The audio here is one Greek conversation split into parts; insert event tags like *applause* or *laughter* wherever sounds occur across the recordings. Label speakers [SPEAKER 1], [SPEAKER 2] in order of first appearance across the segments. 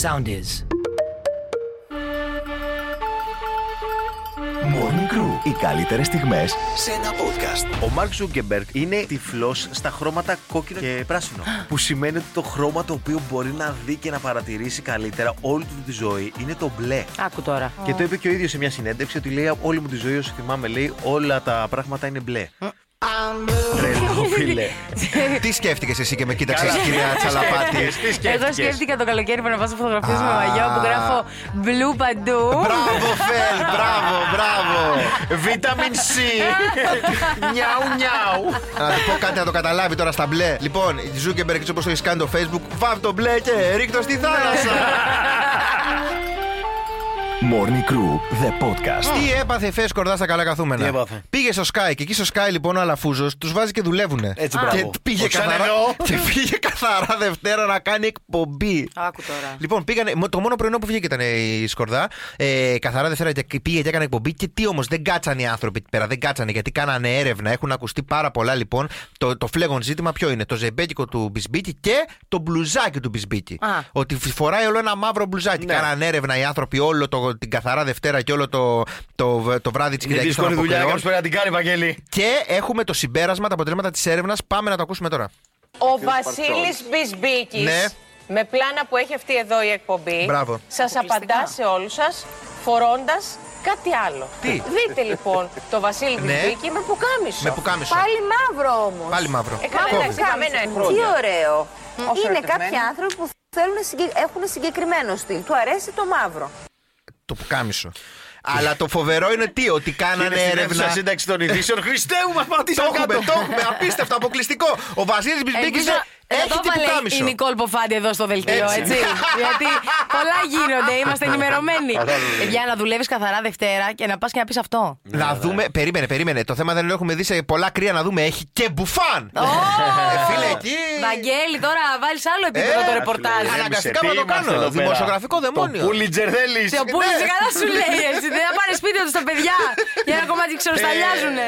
[SPEAKER 1] sound is.
[SPEAKER 2] Morning Crew. Οι καλύτερες στιγμές σε ένα podcast.
[SPEAKER 3] Ο Μάρκ Ζούγκεμπεργκ είναι τυφλός στα χρώματα κόκκινο και πράσινο. που σημαίνει ότι το χρώμα το οποίο μπορεί να δει και να παρατηρήσει καλύτερα όλη του τη ζωή είναι το μπλε.
[SPEAKER 4] Άκου τώρα.
[SPEAKER 3] Και το είπε και ο ίδιος σε μια συνέντευξη ότι λέει: Όλη μου τη ζωή, όσο θυμάμαι, λέει, όλα τα πράγματα είναι μπλε. Ρε, λέω, φίλε.
[SPEAKER 5] Τι σκέφτηκες εσύ και με κοίταξες,
[SPEAKER 3] Καλά.
[SPEAKER 5] κυρία Τσαλαπάτη.
[SPEAKER 3] Τι σκέφτηκες?
[SPEAKER 4] Εγώ σκέφτηκα το καλοκαίρι που να βάζω φωτογραφίες με
[SPEAKER 5] Α.
[SPEAKER 4] μαγιό που γράφω μπλου παντού.
[SPEAKER 5] Μπράβο, Φελ, μπράβο, μπράβο.
[SPEAKER 3] Βίταμιν C. Νιάου, νιάου.
[SPEAKER 5] Να του πω κάτι να το καταλάβει τώρα στα μπλε. Λοιπόν, Ζούκεμπεργκ, έτσι όπως το έχεις κάνει το Facebook, βάβ το μπλε και ρίχτω στη θάλασσα.
[SPEAKER 2] Morning Crew, the podcast.
[SPEAKER 5] Τι έπαθε χθε κορδά στα καλά καθούμενα.
[SPEAKER 3] Τι έπαθε?
[SPEAKER 5] Πήγε στο Sky και εκεί στο Sky λοιπόν ο Αλαφούζος τους βάζει και δουλεύουν.
[SPEAKER 3] Έτσι,
[SPEAKER 5] και
[SPEAKER 3] μπράβο.
[SPEAKER 5] πήγε,
[SPEAKER 3] Το
[SPEAKER 5] καθαρά,
[SPEAKER 3] ξανεννοώ.
[SPEAKER 5] *laughs* και πήγε καθαρά Δευτέρα να κάνει εκπομπή.
[SPEAKER 4] Άκου τώρα.
[SPEAKER 5] Λοιπόν, πήγανε, μο- το μόνο πρωινό που βγήκε ήταν ε, η Σκορδά. Ε, καθαρά Δευτέρα και πήγε και έκανε εκπομπή. Και τι όμως, δεν κάτσανε οι άνθρωποι εκεί πέρα. Δεν κάτσανε γιατί κάνανε έρευνα. Έχουν ακουστεί πάρα πολλά λοιπόν. Το, το φλέγον ζήτημα ποιο είναι. Το ζεμπέκικο του Μπισμπίτη και το μπλουζάκι του Μπισμπίτη.
[SPEAKER 4] Α.
[SPEAKER 5] Ότι φ- φοράει όλο ένα μαύρο μπλουζάκι.
[SPEAKER 3] Ναι.
[SPEAKER 5] Κάνανε έρευνα οι άνθρωποι όλο το, την καθαρά Δευτέρα και όλο το, το, το, βράδυ της
[SPEAKER 3] Είναι
[SPEAKER 5] Κυριακή.
[SPEAKER 3] δύσκολη δουλειά, κάποιος πρέπει να την κάνει, Βαγγέλη.
[SPEAKER 5] Και έχουμε το συμπέρασμα, τα αποτελέσματα της έρευνας. Πάμε να το ακούσουμε τώρα.
[SPEAKER 6] Ο Βασίλης Μπισμπίκης.
[SPEAKER 5] Ναι.
[SPEAKER 6] Με πλάνα που έχει αυτή εδώ η εκπομπή.
[SPEAKER 5] Μπράβο.
[SPEAKER 6] Σας απαντά σε όλους σας φορώντας κάτι άλλο.
[SPEAKER 5] Τι?
[SPEAKER 6] Δείτε λοιπόν το Βασίλη
[SPEAKER 5] Ναι.
[SPEAKER 6] Μπισμπίκη με πουκάμισο.
[SPEAKER 5] Με πουκάμισο.
[SPEAKER 7] Πάλι μαύρο όμως.
[SPEAKER 5] Πάλι
[SPEAKER 3] Ε,
[SPEAKER 5] μαύρο.
[SPEAKER 6] Έκανε
[SPEAKER 5] Κόβει.
[SPEAKER 6] εντάξει,
[SPEAKER 8] Ε,
[SPEAKER 6] καμένα
[SPEAKER 7] Τι
[SPEAKER 6] εχρόνια.
[SPEAKER 7] ωραίο. Είναι
[SPEAKER 6] ερωτευμένο.
[SPEAKER 7] κάποιοι άνθρωποι που θέλουν συγκε- έχουν συγκεκριμένο στυλ. Του αρέσει το μαύρο.
[SPEAKER 5] Το πουκάμισο. Αλλά το φοβερό είναι τι, ότι
[SPEAKER 3] Είναι
[SPEAKER 5] κάνανε
[SPEAKER 3] στην αίθουσα
[SPEAKER 5] έρευνα.
[SPEAKER 3] σύνταξη των ειδήσεων. Χριστέ μου, μας
[SPEAKER 5] Το
[SPEAKER 3] πατήσαμε
[SPEAKER 5] έχουμε,
[SPEAKER 3] κάτω.
[SPEAKER 5] το έχουμε, απίστευτο, αποκλειστικό. Ο Βασίλης Μπισμπίκη
[SPEAKER 4] Ελπίζω να
[SPEAKER 5] έχει
[SPEAKER 4] το
[SPEAKER 5] την
[SPEAKER 4] έβαλε η
[SPEAKER 5] πουκάμισο.
[SPEAKER 4] Νικόλ Ποφάντη εδώ στο δελτίο,
[SPEAKER 5] Έτσι.
[SPEAKER 4] έτσι. Γιατί πολλά γίνονται, είμαστε ενημερωμένοι. Για να δουλεύεις καθαρά Δευτέρα και να πας και να πεις αυτό.
[SPEAKER 3] Ναι,
[SPEAKER 5] Να δούμε, περίμενε, περίμενε. Το θέμα δεν είναι, έχουμε δει σε πολλά κρύα να δούμε. Έχει και μπουφάν. Ε, Φίλε, εκεί.
[SPEAKER 4] *laughs* Βαγγέλη, τώρα βάλεις άλλο επίπεδο
[SPEAKER 5] Ε,
[SPEAKER 4] το
[SPEAKER 5] ρε,
[SPEAKER 4] ρεπορτάζ.
[SPEAKER 3] φίλε,
[SPEAKER 5] Αναγκαστικά
[SPEAKER 3] ηρέμησε,
[SPEAKER 5] να
[SPEAKER 3] τι
[SPEAKER 5] το
[SPEAKER 3] είμαστε
[SPEAKER 5] κάνω.
[SPEAKER 3] εδώ πέρα.
[SPEAKER 5] Δημοσιογραφικό δαιμόνιο.
[SPEAKER 3] Το Πούλιτζερ θέλεις.
[SPEAKER 4] Ο Πούλης
[SPEAKER 5] ναι.
[SPEAKER 4] καλά σου λέει έτσι. Δεν θα πάνε σπίτι του τα παιδιά για να
[SPEAKER 5] Ε.
[SPEAKER 4] κομμάτι ξεροσταλιάζουνε.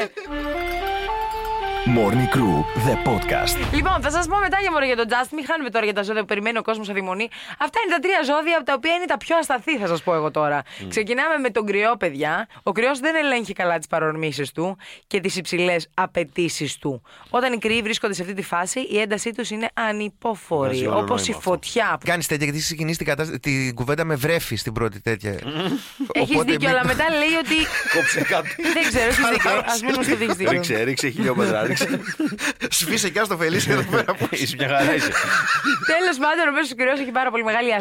[SPEAKER 2] Morning Crew, the podcast.
[SPEAKER 4] Λοιπόν, θα σας πω μετά για, μόνο για τον Just. Μην χάνουμε τώρα για τα ζώδια που περιμένει ο κόσμος αδειμονή. Αυτά είναι τα τρία ζώδια από τα οποία είναι τα πιο ασταθή, θα σας πω εγώ τώρα. Ξεκινάμε με τον κρυό, παιδιά. Ο κρυός δεν ελέγχει καλά τις παρορμήσεις του και τις υψηλές απαιτήσεις του. Όταν οι κρυοί βρίσκονται σε αυτή τη φάση, η έντασή τους είναι ανυπόφορη.
[SPEAKER 3] Βγάζει όλο
[SPEAKER 4] Όπως η
[SPEAKER 3] νόημα αυτό.
[SPEAKER 4] φωτιά.
[SPEAKER 5] Κάνεις τέτοια γιατί ξεκινήσει την, κατάστα- την κουβέντα με βρέφη στην πρώτη τέτοια.
[SPEAKER 4] Έχεις
[SPEAKER 5] Οπότε
[SPEAKER 4] δίκιο,
[SPEAKER 5] μην-
[SPEAKER 4] αλλά μετά λέει ότι.
[SPEAKER 3] Κόψε κάτι.
[SPEAKER 4] δεν ξέρω, έχεις
[SPEAKER 5] *laughs*
[SPEAKER 4] δίκιο. Ας μην μας το δείξει δίκιο.
[SPEAKER 3] Ρίξε, ρίξε χιλιόμετρα, ρίξε.
[SPEAKER 5] Σφίσε και στο
[SPEAKER 3] *laughs*
[SPEAKER 5] φελίσιο εδώ πέρα. που-
[SPEAKER 3] Είσαι μια χαρά, είσαι.
[SPEAKER 4] Τέλος πάντων, ο μέσο κρυό έχει πάρα πολύ μεγάλη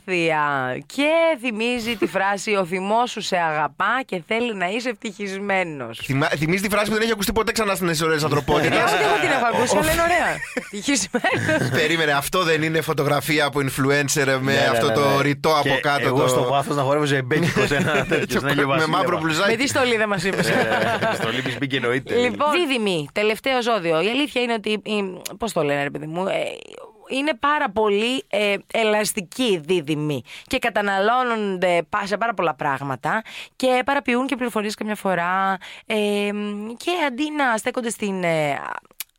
[SPEAKER 4] αστάθεια. Και θυμίζει τη φράση Ο θυμός σου σε αγαπά και θέλει να είσαι ευτυχισμένος.
[SPEAKER 5] Θυμά- Θυμίζει τη φράση που δεν έχει ακουστεί ποτέ ξανά στις ωραίες
[SPEAKER 4] Εγώ
[SPEAKER 3] *laughs*
[SPEAKER 5] ανθρωπότητα.
[SPEAKER 4] ούτε εγώ την έχω ακούσει, αλλά είναι ωραία. Ευτυχισμένος.
[SPEAKER 5] *laughs* Περίμενε, αυτό δεν είναι φωτογραφία από influencer με
[SPEAKER 3] Ναι,
[SPEAKER 5] αυτό
[SPEAKER 3] ναι,
[SPEAKER 5] το
[SPEAKER 3] ναι.
[SPEAKER 5] ρητό
[SPEAKER 3] Και
[SPEAKER 5] από κάτω.
[SPEAKER 3] Εγώ
[SPEAKER 5] το-
[SPEAKER 3] στο
[SPEAKER 5] *laughs*
[SPEAKER 3] βάθος να χορεύω ζεμπέκικο σε ένα τέτοιο. σαν Άγιο
[SPEAKER 5] με
[SPEAKER 3] Βασίλεμα.
[SPEAKER 5] μαύρο μπλουζάκι.
[SPEAKER 4] Με τι στολή δεν μας είπες.
[SPEAKER 3] Ε, Στο Λίμπη μπήκε εννοείται.
[SPEAKER 4] Λοιπόν, δίδυμη, τελευταίο ζώδιο. Η αλήθεια είναι ότι. Πώς το λένε, ρε παιδί μου. ε, είναι πάρα πολύ ε, ελαστικοί οι δίδυμοι και καταναλώνονται πα- σε πάρα πολλά πράγματα και παραποιούν και πληροφορίες καμιά φορά. ε, και αντί να στέκονται στην ε,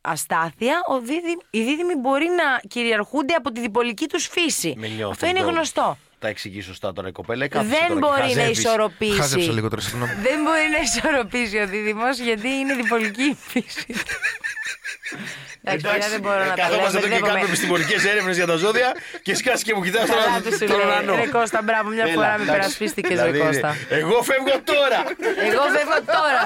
[SPEAKER 4] αστάθεια, ο δίδυ- οι δίδυμοι μπορεί να κυριαρχούνται από τη διπολική τους φύση.
[SPEAKER 3] Με νιώθω,
[SPEAKER 4] Αυτό είναι
[SPEAKER 3] μπράβο.
[SPEAKER 4] γνωστό.
[SPEAKER 3] Τα εξηγείς σωστά τώρα η κοπέλα. κάθεσαι τώρα
[SPEAKER 4] Δεν
[SPEAKER 3] και
[SPEAKER 4] μπορεί να
[SPEAKER 3] χαζεύεις.
[SPEAKER 4] ισορροπήσει.
[SPEAKER 5] Χάζεψα λίγο τώρα, συγγνώμη.
[SPEAKER 4] Δεν μπορεί να ισορροπήσει ο δίδυμος γιατί είναι διπολική η φύση. του. Εντάξει, παιδιά, δεν μπορώ να τα
[SPEAKER 3] ε,
[SPEAKER 4] λέω.
[SPEAKER 3] Καθόμαστε εδώ και κάνουμε
[SPEAKER 4] μπερδεύομαι.
[SPEAKER 3] επιστημονικές έρευνες για τα ζώδια και σκάσει και μου κοιτάς
[SPEAKER 4] Καλά του σου λέει. Ρε Κώστα, μπράβο, μια φορά με περασπίστηκε,
[SPEAKER 3] Δηλαδή-
[SPEAKER 4] Ρε Κώστα.
[SPEAKER 3] Εγώ φεύγω
[SPEAKER 4] *laughs*
[SPEAKER 3] τώρα.
[SPEAKER 4] Εγώ φεύγω τώρα.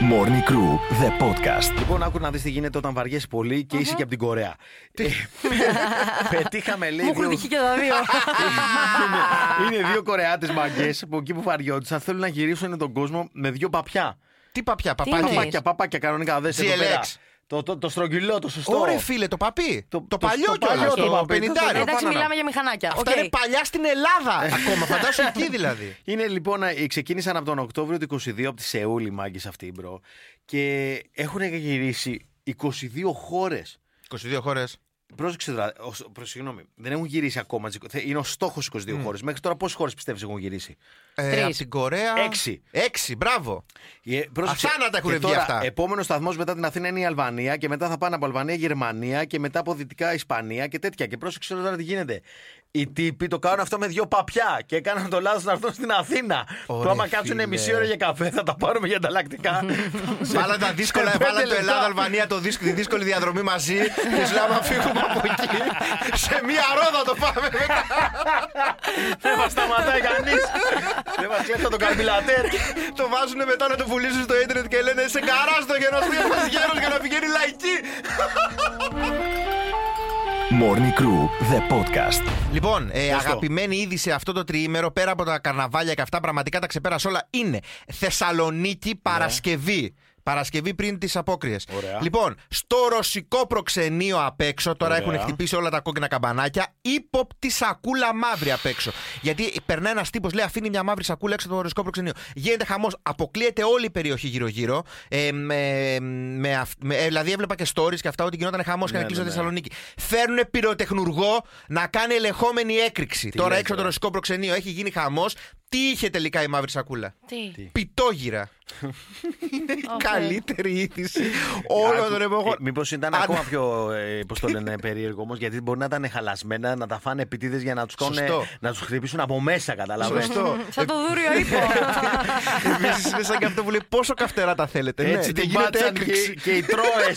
[SPEAKER 2] Morning Crew, the podcast.
[SPEAKER 3] Λοιπόν, άκου να δεις τι γίνεται όταν βαριέσαι πολύ και είσαι και από την Κορέα.
[SPEAKER 4] *laughs*
[SPEAKER 3] Ε, Πετύχαμε, λέει.
[SPEAKER 4] Μου
[SPEAKER 3] δύο-
[SPEAKER 4] έχουν τυχεί και τα δύο.
[SPEAKER 3] *laughs* Είναι- Είναι δύο Κορεάτες μαγκές που εκεί που βαριόντουσαν θέλουν να γυρίσουν τον κόσμο με δύο παπιά.
[SPEAKER 5] Τι παπιά, παπάκι.
[SPEAKER 4] εννοείς?
[SPEAKER 3] Παπάκια, παπάκια κανονικά, δεν σε εδώ
[SPEAKER 5] GLX.
[SPEAKER 3] πέρα. Το, το, το στρογγυλό, το σωστό.
[SPEAKER 5] Ωρε φίλε, το παπί.
[SPEAKER 3] Το-
[SPEAKER 5] Το,
[SPEAKER 3] το-
[SPEAKER 5] παλιό
[SPEAKER 3] το
[SPEAKER 5] κιόλα.
[SPEAKER 3] παλιό, το
[SPEAKER 5] Το
[SPEAKER 3] παπί, το
[SPEAKER 5] πενιντάρι.
[SPEAKER 4] Εντάξει,
[SPEAKER 3] Παπάνα.
[SPEAKER 4] μιλάμε για μηχανάκια.
[SPEAKER 5] Αυτά
[SPEAKER 4] Οκ.
[SPEAKER 5] είναι παλιά στην Ελλάδα ακόμα. *laughs* Φαντάσου εκεί δηλαδή.
[SPEAKER 3] Είναι λοιπόν, ε, ξεκίνησαν από τον Οκτώβριο του 22 από τη Σεούλ οι μάγκες αυτοί, μπρο. Και έχουν γυρίσει 22 χώρε.
[SPEAKER 5] 22 χώρες.
[SPEAKER 3] Πρόσεξε τώρα. ως- προ- Συγγνώμη. Δεν έχουν γυρίσει ακόμα. τις- θε- Είναι ο στόχος 22
[SPEAKER 5] Ναι.
[SPEAKER 3] χώρες. Μέχρι τώρα πόσες χώρες πιστεύεις έχουν γυρίσει.
[SPEAKER 5] Ε,
[SPEAKER 4] Τρεις.
[SPEAKER 5] από την Κορέα.
[SPEAKER 3] Έξι.
[SPEAKER 5] Έξι, μπράβο.
[SPEAKER 3] Ε, πρόσεξε.
[SPEAKER 5] Αθάνατα έχουν
[SPEAKER 3] Και
[SPEAKER 5] βγει
[SPEAKER 3] τώρα,
[SPEAKER 5] αυτά.
[SPEAKER 3] Επόμενος σταθμός μετά την Αθήνα είναι η Αλβανία και μετά θα πάνε από Αλβανία Γερμανία και μετά από Δυτικά Ισπανία και τέτοια. Και πρόσεξε τώρα τι γίνεται. Οι τύποι το κάνουν αυτό με δύο παπιά και έκαναν το λάθος να έρθουν στην Αθήνα.
[SPEAKER 5] Ωραία,
[SPEAKER 3] που άμα κάτσουν
[SPEAKER 5] φίλε.
[SPEAKER 3] μισή ώρα για καφέ θα τα πάρουμε για
[SPEAKER 5] *laughs*
[SPEAKER 3] ανταλλακτικά.
[SPEAKER 5] Βάλαν τα δύσκολα,
[SPEAKER 3] Σε πέντε
[SPEAKER 5] βάλαν το
[SPEAKER 3] λεπτά.
[SPEAKER 5] Ελλάδα-Αλβανία το δύσκολο, τη δύσκολη διαδρομή
[SPEAKER 3] *laughs*
[SPEAKER 5] μαζί. Και σου λέω, άμα φύγουμε από εκεί, σε μία ρόδα το πάμε μετά.
[SPEAKER 3] Δεν μας σταματάει κανείς. Δεν μας κλέψα τον καρμπιλατέρ.
[SPEAKER 5] το βάζουν μετά να το πουλήσουν στο ίντερνετ και λένε σε καρά στο γενοστήριο μα γέρο για να πηγαίνει λαϊκή.
[SPEAKER 2] Morning Crew, the podcast.
[SPEAKER 5] Λοιπόν, ε,
[SPEAKER 3] Σωστό.
[SPEAKER 5] αγαπημένη είδηση αυτό το τριήμερο, πέρα από τα καρναβάλια και αυτά, πραγματικά τα ξεπέρασα όλα, είναι
[SPEAKER 3] Ναι.
[SPEAKER 5] Θεσσαλονίκη Παρασκευή. Παρασκευή πριν τις απόκριες.
[SPEAKER 3] Ωραία.
[SPEAKER 5] Λοιπόν, στο ρωσικό προξενείο απ' έξω, τώρα
[SPEAKER 3] Ωραία.
[SPEAKER 5] έχουν χτυπήσει όλα τα κόκκινα καμπανάκια, ύποπτη σακούλα μαύρη απ' έξω. Γιατί περνάει ένας τύπος, λέει, αφήνει μια μαύρη σακούλα έξω από το ρωσικό προξενείο. Γίνεται χαμός, αποκλείεται όλη η περιοχή γύρω-γύρω. Ε, με, με, αυ- με- ε, δηλαδή, έβλεπα και stories και αυτά ότι γινόταν χαμός και
[SPEAKER 3] Ναι,
[SPEAKER 5] να κλείσω
[SPEAKER 3] ναι, ναι.
[SPEAKER 5] Θεσσαλονίκη. Φέρνουν πυροτεχνουργό να κάνει ελεγχόμενη έκρηξη. Τώρα
[SPEAKER 3] λέει
[SPEAKER 5] έξω
[SPEAKER 3] τώρα.
[SPEAKER 5] από το ρωσικό προξενείο έχει γίνει χαμός. Τι είχε τελικά η μαύρη σακούλα.
[SPEAKER 4] Τι.
[SPEAKER 5] Πιτόγυρα. Είναι η καλύτερη *laughs* είδηση ε, όλων των εποχών.
[SPEAKER 3] Μήπω ε, ήταν
[SPEAKER 5] Αν-
[SPEAKER 3] ακόμα πιο. ε, πώς το λένε, περίεργο όμως, γιατί μπορεί να ήταν χαλασμένα, να τα φάνε επίτηδε για να τους
[SPEAKER 5] Σωστό.
[SPEAKER 3] να τους χτυπήσουν από μέσα, καταλαβαίνεις.
[SPEAKER 5] Σωστό.
[SPEAKER 4] Σαν το δούριο ύπο.
[SPEAKER 5] *laughs* Επίση είναι σαν και αυτό που λέει πόσο καυτερά τα θέλετε. Ναι,
[SPEAKER 3] Έτσι
[SPEAKER 5] και
[SPEAKER 3] την
[SPEAKER 5] γίνεται
[SPEAKER 3] πάτσαν και,
[SPEAKER 5] έκρηξη.
[SPEAKER 3] και οι τρώες.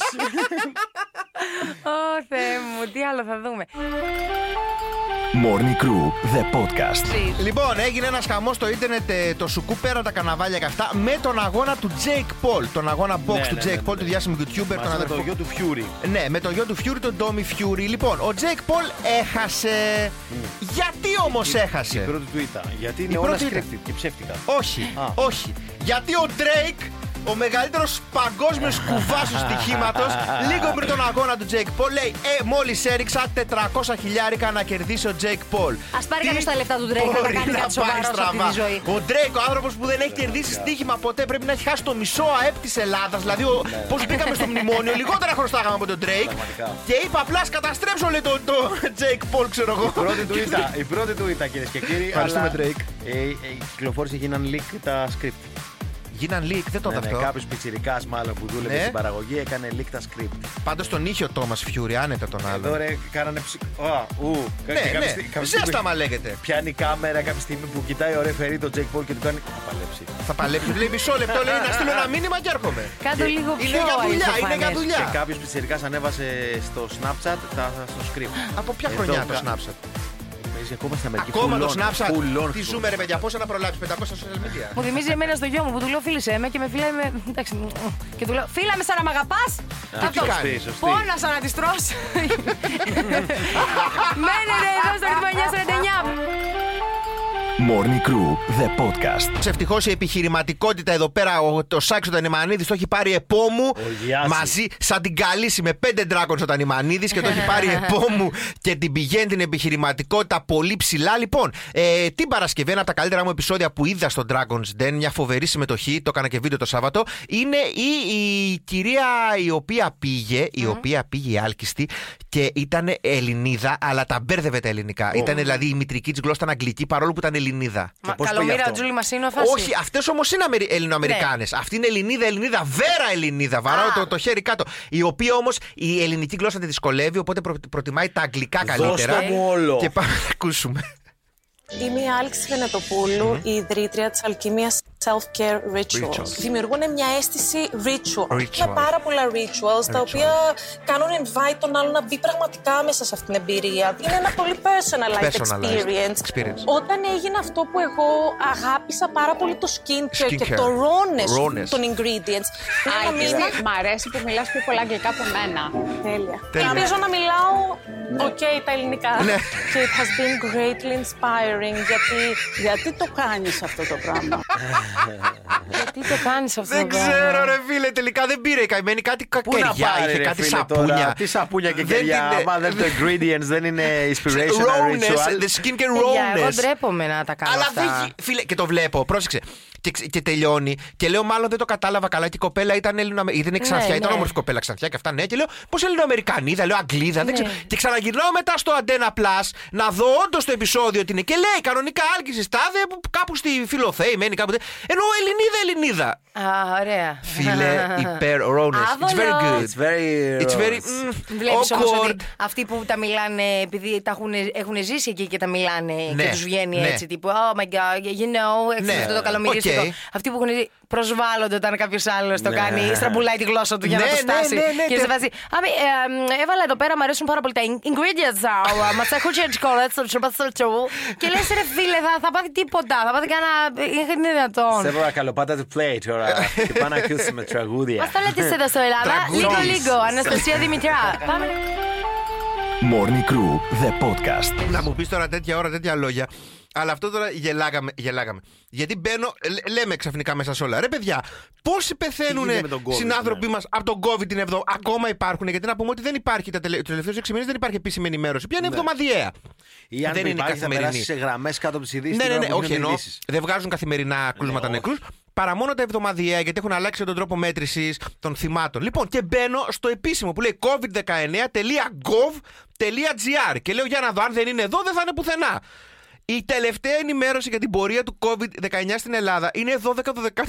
[SPEAKER 4] Ω Θεέ μου, τι άλλο θα δούμε.
[SPEAKER 2] Morning Crew, the podcast.
[SPEAKER 5] Λοιπόν, έγινε ένας χαμός στο ίντερνετ ε, το σουκού πέρα τα καναβάλια και αυτά με τον αγώνα του Jake Paul. Τον αγώνα box
[SPEAKER 3] Ναι,
[SPEAKER 5] του
[SPEAKER 3] ναι,
[SPEAKER 5] Jake
[SPEAKER 3] ναι,
[SPEAKER 5] Paul,
[SPEAKER 3] ναι.
[SPEAKER 5] του διάσημου YouTuber, τον
[SPEAKER 3] Μαζί με το
[SPEAKER 5] αδερφό.
[SPEAKER 3] γιο του Φιούρι.
[SPEAKER 5] Ναι, με το γιο του Φιούρι, τον Ντόμι Φιούρι. Λοιπόν, ο Τζέικ Πολ έχασε. Γιατί όμως
[SPEAKER 3] Η
[SPEAKER 5] έχασε.
[SPEAKER 3] πρώτη του ήταν. Γιατί είναι
[SPEAKER 5] Η
[SPEAKER 3] όλα
[SPEAKER 5] πρώτη ήταν.
[SPEAKER 3] scripted και ψεύτικα.
[SPEAKER 5] Όχι,
[SPEAKER 3] Α.
[SPEAKER 5] όχι. Γιατί ο Drake, ο μεγαλύτερος παγκόσμιος κουβάσιο στοιχήματος, λίγο πριν τον αγώνα του Jake Paul, λέει: Ε, μόλις έριξα 400 χιλιάρικα να κερδίσει ο Jake Paul.
[SPEAKER 7] Ας πάρει
[SPEAKER 5] Τι
[SPEAKER 7] κανείς τα λεφτά του Drake, να τα
[SPEAKER 5] μπορεί
[SPEAKER 7] κάνει κάτι
[SPEAKER 5] πάει
[SPEAKER 7] σοβαρό σε αυτή τη
[SPEAKER 5] στραβά.
[SPEAKER 7] ζωή.
[SPEAKER 5] Ο Drake, ο άνθρωπος που δεν έχει κερδίσει στοίχημα ποτέ, πρέπει να έχει χάσει το μισό ΑΕΠ της Ελλάδας. Δηλαδή, πώς μπήκαμε στο μνημόνιο, λιγότερα χρωστάγαμε από τον Drake.
[SPEAKER 3] Ναι. Πραγματικά.
[SPEAKER 5] Και είπα απλά, σκαταστρέψω λέει τον το Jake Paul, ξέρω εγώ.
[SPEAKER 3] Η πρώτη του ήταν, η πρώτη του ήταν κυρίες και κύριοι.
[SPEAKER 5] Ευχαριστούμε,
[SPEAKER 3] αλλά,
[SPEAKER 5] Drake.
[SPEAKER 3] Ε, ε, κυκλοφόρησε, γίναν leak τα ε, script.
[SPEAKER 5] Γίναν leak, δεν το
[SPEAKER 3] Ναι, ναι,
[SPEAKER 5] δεχτώ.
[SPEAKER 3] Κάποιος πιτσιρικάς μάλλον που δούλευε
[SPEAKER 5] Ναι.
[SPEAKER 3] στην παραγωγή έκανε leak τα script.
[SPEAKER 5] Πάντως τον είχε ο Τόμας Φιούρι, άνετα τον
[SPEAKER 3] Ε, Εδώ
[SPEAKER 5] άλλο.
[SPEAKER 3] ρε, κάνανε ψυχ... Α, ου,
[SPEAKER 5] Ναι,
[SPEAKER 3] και κάποια
[SPEAKER 5] ναι,
[SPEAKER 3] στι- κάποια στιγμή
[SPEAKER 5] ζέσταμα λέγεται.
[SPEAKER 3] Πιάνει κάμερα κάποια στιγμή που κοιτάει ο ρεφερή τον Τζέικ Πολ και του κάνει. Θα παλέψει.
[SPEAKER 5] Θα παλέψει. Λέει μισό λεπτό, λέει να στείλω ένα μήνυμα και έρχομαι.
[SPEAKER 4] Κάντο λίγο πιο
[SPEAKER 5] Είναι για δουλειά, είναι για
[SPEAKER 4] αληθοφανές.
[SPEAKER 3] Και
[SPEAKER 5] δουλειά.
[SPEAKER 3] κάποιος πιτσιρικάς ανέβασε στο Snapchat τα, στο script.
[SPEAKER 5] Από ποια
[SPEAKER 3] Εδώ
[SPEAKER 5] χρονιά
[SPEAKER 3] κα-
[SPEAKER 5] το Snapchat.
[SPEAKER 3] Παίζει ακόμα στην Αμερική.
[SPEAKER 5] Ακόμα το
[SPEAKER 3] Full on,
[SPEAKER 5] Snapchat.
[SPEAKER 3] full on.
[SPEAKER 5] Τι ζούμε ρε παιδιά, πόσα να προλάβει 500 social media.
[SPEAKER 4] Μου θυμίζει εμένα στο γιο μου που του λέω φίλησε με και με φύλαει με. Εντάξει. μ, Και του λέω Φίλα με σαν να μ' αγαπάς.
[SPEAKER 3] Α,
[SPEAKER 5] τι κάνεις.
[SPEAKER 3] Σωστή, σωστή.
[SPEAKER 4] Πόνασα να τη
[SPEAKER 5] *laughs*
[SPEAKER 4] τρώσω. Μένετε Ναι, εδώ στο ρυθμό 949.
[SPEAKER 2] Morning Crew, the podcast.
[SPEAKER 5] Ευτυχώς η επιχειρηματικότητα εδώ πέρα, ο, το Σάξο Τανιμανίδη το έχει πάρει επόμου
[SPEAKER 3] Ο Γιάσης.
[SPEAKER 5] μαζί, σαν την καλύση με πέντε ντράκονς ο Τανιμανίδης και το έχει πάρει επόμου και την πηγαίνει την επιχειρηματικότητα πολύ ψηλά. Λοιπόν, ε, την Παρασκευή, ένα από τα καλύτερα μου επεισόδια που είδα στο Dragon's Den, μια φοβερή συμμετοχή, το έκανα και βίντεο το Σάββατο, είναι η, η κυρία η οποία πήγε, η οποία πήγε η άλκιστη και ήταν Ελληνίδα, αλλά τα μπέρδευε τα ελληνικά. Ήταν δηλαδή η μητρική της γλώσσα ήταν αγγλική παρόλο που ήταν Ελληνίδα.
[SPEAKER 4] Μα
[SPEAKER 3] πώς πήγε
[SPEAKER 4] καλομήρα
[SPEAKER 3] αυτό?
[SPEAKER 4] Τζούλη Μασίνο θα
[SPEAKER 5] Όχι, αυτές όμως είναι Αμερι... Ελληνοαμερικάνες. Αυτή είναι Ελληνίδα, Ελληνίδα, βέρα Ελληνίδα. Βαράω το, το χέρι κάτω. Η οποία όμως η ελληνική γλώσσα τη δυσκολεύει, οπότε προ- προτιμάει τα αγγλικά καλύτερα.
[SPEAKER 3] Δώσ' το μου όλο.
[SPEAKER 5] Και πάμε να ακούσουμε.
[SPEAKER 1] Είμαι η Άλξη Βενετοπούλου, η ιδρύτρια της αλκημίας Self-Care Rituals.
[SPEAKER 5] Rituals.
[SPEAKER 1] Δημιουργούν μια αίσθηση ritual.
[SPEAKER 5] Ritual.
[SPEAKER 1] Έχουμε πάρα πολλά rituals, τα οποία κάνουν invite τον άλλον να μπει πραγματικά μέσα σε αυτήν την εμπειρία. Είναι ένα πολύ personalized,
[SPEAKER 5] Personalized
[SPEAKER 1] experience.
[SPEAKER 5] experience.
[SPEAKER 1] Όταν έγινε αυτό που εγώ αγάπησα πάρα πολύ το skincare,
[SPEAKER 5] Skincare.
[SPEAKER 1] και το rawness,
[SPEAKER 5] Rawness.
[SPEAKER 1] των ingredients. Θέλω να μείνει...
[SPEAKER 8] Μ' αρέσει που μιλάς πιο πολλά αγγλικά από μένα.
[SPEAKER 1] Τέλεια. Ναι.
[SPEAKER 5] Τέλεια.
[SPEAKER 1] Ελπίζω να μιλάω οκ τα ελληνικά. Και it has been greatly inspiring γιατί, γιατί το κάνεις αυτό το πράγμα.
[SPEAKER 4] Τι το κάνεις αυτό.
[SPEAKER 5] δεν
[SPEAKER 4] το πράγμα?
[SPEAKER 5] ξέρω, ρε φίλε, τελικά δεν πήρε η καημένη κάτι
[SPEAKER 3] Πού να
[SPEAKER 5] κακεριά.
[SPEAKER 3] πάρει,
[SPEAKER 5] Είχε
[SPEAKER 3] ρε,
[SPEAKER 5] κάτι
[SPEAKER 3] φίλε,
[SPEAKER 5] σαπούνια.
[SPEAKER 3] Τώρα, τι σαπούνια και κεριά.
[SPEAKER 5] την-
[SPEAKER 3] Άμα
[SPEAKER 5] *laughs*
[SPEAKER 3] δεν το ingredients δεν είναι inspirational
[SPEAKER 5] Rawness, ε,
[SPEAKER 3] ritual.
[SPEAKER 5] the skin και
[SPEAKER 4] Παιδιά, Ε, Εγώ
[SPEAKER 5] rawness.
[SPEAKER 4] ντρέπομαι να τα κάνω.
[SPEAKER 5] Αλλά
[SPEAKER 4] αυτά.
[SPEAKER 5] δεν. γι- Φίλε, και το βλέπω, πρόσεξε. και, ξε- και τελειώνει. Και λέω, μάλλον δεν το κατάλαβα καλά. Και η κοπέλα ήταν Έλληνα. Ήταν ξανθιά,
[SPEAKER 4] Ναι,
[SPEAKER 5] ήταν
[SPEAKER 4] ναι.
[SPEAKER 5] όμορφη κοπέλα ξανθιά και αυτά, ναι. Και λέω, πώς Ελληνοαμερικανίδα, λέω Αγγλίδα. Δεν ξέρω. Και ξαναγυρνάω μετά στο Αντένα Plus να δω όντως το επεισόδιο ότι είναι. Και λέει, κανονικά άλκησης τάδε που κάπου στη Φιλοθέη μένει κάπου. τε- Ενώ Ελληνίδα, Ελληνίδα.
[SPEAKER 4] Α, ωραία.
[SPEAKER 5] Φίλε,
[SPEAKER 4] *laughs*
[SPEAKER 5] υπέρ Ρόνες. It's very good.
[SPEAKER 3] It's very.
[SPEAKER 5] It's very. mm,
[SPEAKER 4] Βλέπεις όμως
[SPEAKER 5] awkward.
[SPEAKER 4] ότι αυτοί που τα μιλάνε, επειδή τα έχουν, έχουν ζήσει εκεί και τα μιλάνε
[SPEAKER 5] Ναι,
[SPEAKER 4] και τους βγαίνει
[SPEAKER 5] ναι.
[SPEAKER 4] έτσι τύπου Oh my god, you know, έτσι
[SPEAKER 5] Ναι,
[SPEAKER 4] αυτό το καλομυριστικό.
[SPEAKER 5] οκ.
[SPEAKER 4] Αυτοί που έχουν ζήσει προσβάλλονται όταν κάποιος άλλος το
[SPEAKER 3] Ναι.
[SPEAKER 4] κάνει, στραμπουλάει τη γλώσσα του για
[SPEAKER 5] Ναι,
[SPEAKER 4] να το
[SPEAKER 5] ναι,
[SPEAKER 4] στάσει.
[SPEAKER 5] ναι, ναι,
[SPEAKER 4] και
[SPEAKER 5] τε-
[SPEAKER 4] σε βάζει. «Α, μη, εμ, Έβαλα εδώ πέρα, μου αρέσουν πάρα πολύ τα in- ingredients. α, Ματσακούτσια τη κορέτσα, Και λες, ρε φίλε, θα, θα πάθει τίποτα. Θα πάθει κανένα. Είναι δυνατόν.
[SPEAKER 3] Σε παρακαλώ, πάτα το play τώρα. Και πάμε να ακούσουμε τραγούδια.
[SPEAKER 4] Μα τα λέτε σε εδώ στο Ελλάδα. Λίγο,
[SPEAKER 5] Τραγουδίζεις.
[SPEAKER 4] λίγο. Αναστασία Δημητρά. Πάμε.
[SPEAKER 2] Morning Crew, the podcast.
[SPEAKER 5] Να μου πεις τώρα τέτοια ώρα, τέτοια λόγια. Αλλά αυτό τώρα γελάγαμε. γελάγαμε. Γιατί μπαίνω, λ- λέμε ξαφνικά μέσα σε όλα. Ρε παιδιά, πόσοι πεθαίνουν
[SPEAKER 3] Τι γίνεται με τον COVID,
[SPEAKER 5] συνάνθρωποι
[SPEAKER 3] ναι.
[SPEAKER 5] μας από τον COVID την εβδομάδα. Ακόμα υπάρχουν, γιατί να πούμε ότι δεν υπάρχει τα τελε... του τελευταίου 6 μήνες δεν υπάρχει επίσημη ενημέρωση. Πια είναι
[SPEAKER 3] Ναι.
[SPEAKER 5] εβδομαδιαία.
[SPEAKER 3] Ή αν
[SPEAKER 5] δεν
[SPEAKER 3] δεν
[SPEAKER 5] είναι
[SPEAKER 3] υπάρχει, θα
[SPEAKER 5] καθημερινή.
[SPEAKER 3] περάσει σε γραμμές κάτω από τις ειδήσεις.
[SPEAKER 5] Ναι, ναι, ναι, όχι εννοώ. Δεν βγάζουν καθημερινά κρούσματα
[SPEAKER 3] όχι.
[SPEAKER 5] νεκρούς, παρά μόνο τα εβδομαδιαία, γιατί έχουν αλλάξει τον τρόπο μέτρησης των θυμάτων. Λοιπόν, και μπαίνω στο επίσημο που λέει covid19.gov.gr και λέω για να δω, αν δεν είναι εδώ, δεν θα είναι πουθενά. Η τελευταία ενημέρωση για την πορεία του COVID-19 στην Ελλάδα είναι 12 του 22.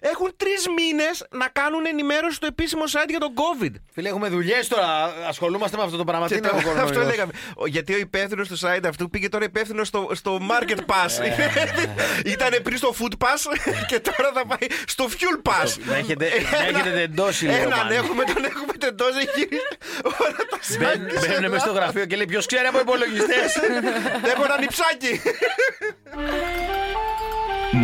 [SPEAKER 5] Έχουν τρεις μήνες να κάνουν ενημέρωση στο επίσημο site για τον COVID.
[SPEAKER 3] Φίλε, έχουμε δουλειές τώρα. Ασχολούμαστε με αυτό το πράγμα. Τι
[SPEAKER 5] Και
[SPEAKER 3] είναι
[SPEAKER 5] το-
[SPEAKER 3] ο κορονοϊός?
[SPEAKER 5] αυτό λέγαμε. Ο- Γιατί ο υπεύθυνος του site αυτού πήγε τώρα υπεύθυνο στο, στο Market Pass. *laughs* Ήταν πριν στο Food Pass και τώρα θα πάει στο Fuel Pass.
[SPEAKER 3] Να έχετε- να έχετε τεντώσει, λέει ο
[SPEAKER 5] Έναν
[SPEAKER 3] Μάνι.
[SPEAKER 5] έχουμε, τον έχουμε τεντώσει εκεί. Όλα τα
[SPEAKER 3] Μπαίν-
[SPEAKER 5] site.
[SPEAKER 3] Μπαίνουν μέσα στο γραφείο και λέει: Ποιος ξέρει από υπολογιστές.
[SPEAKER 5] *laughs* Έχω ένα νυψάκι.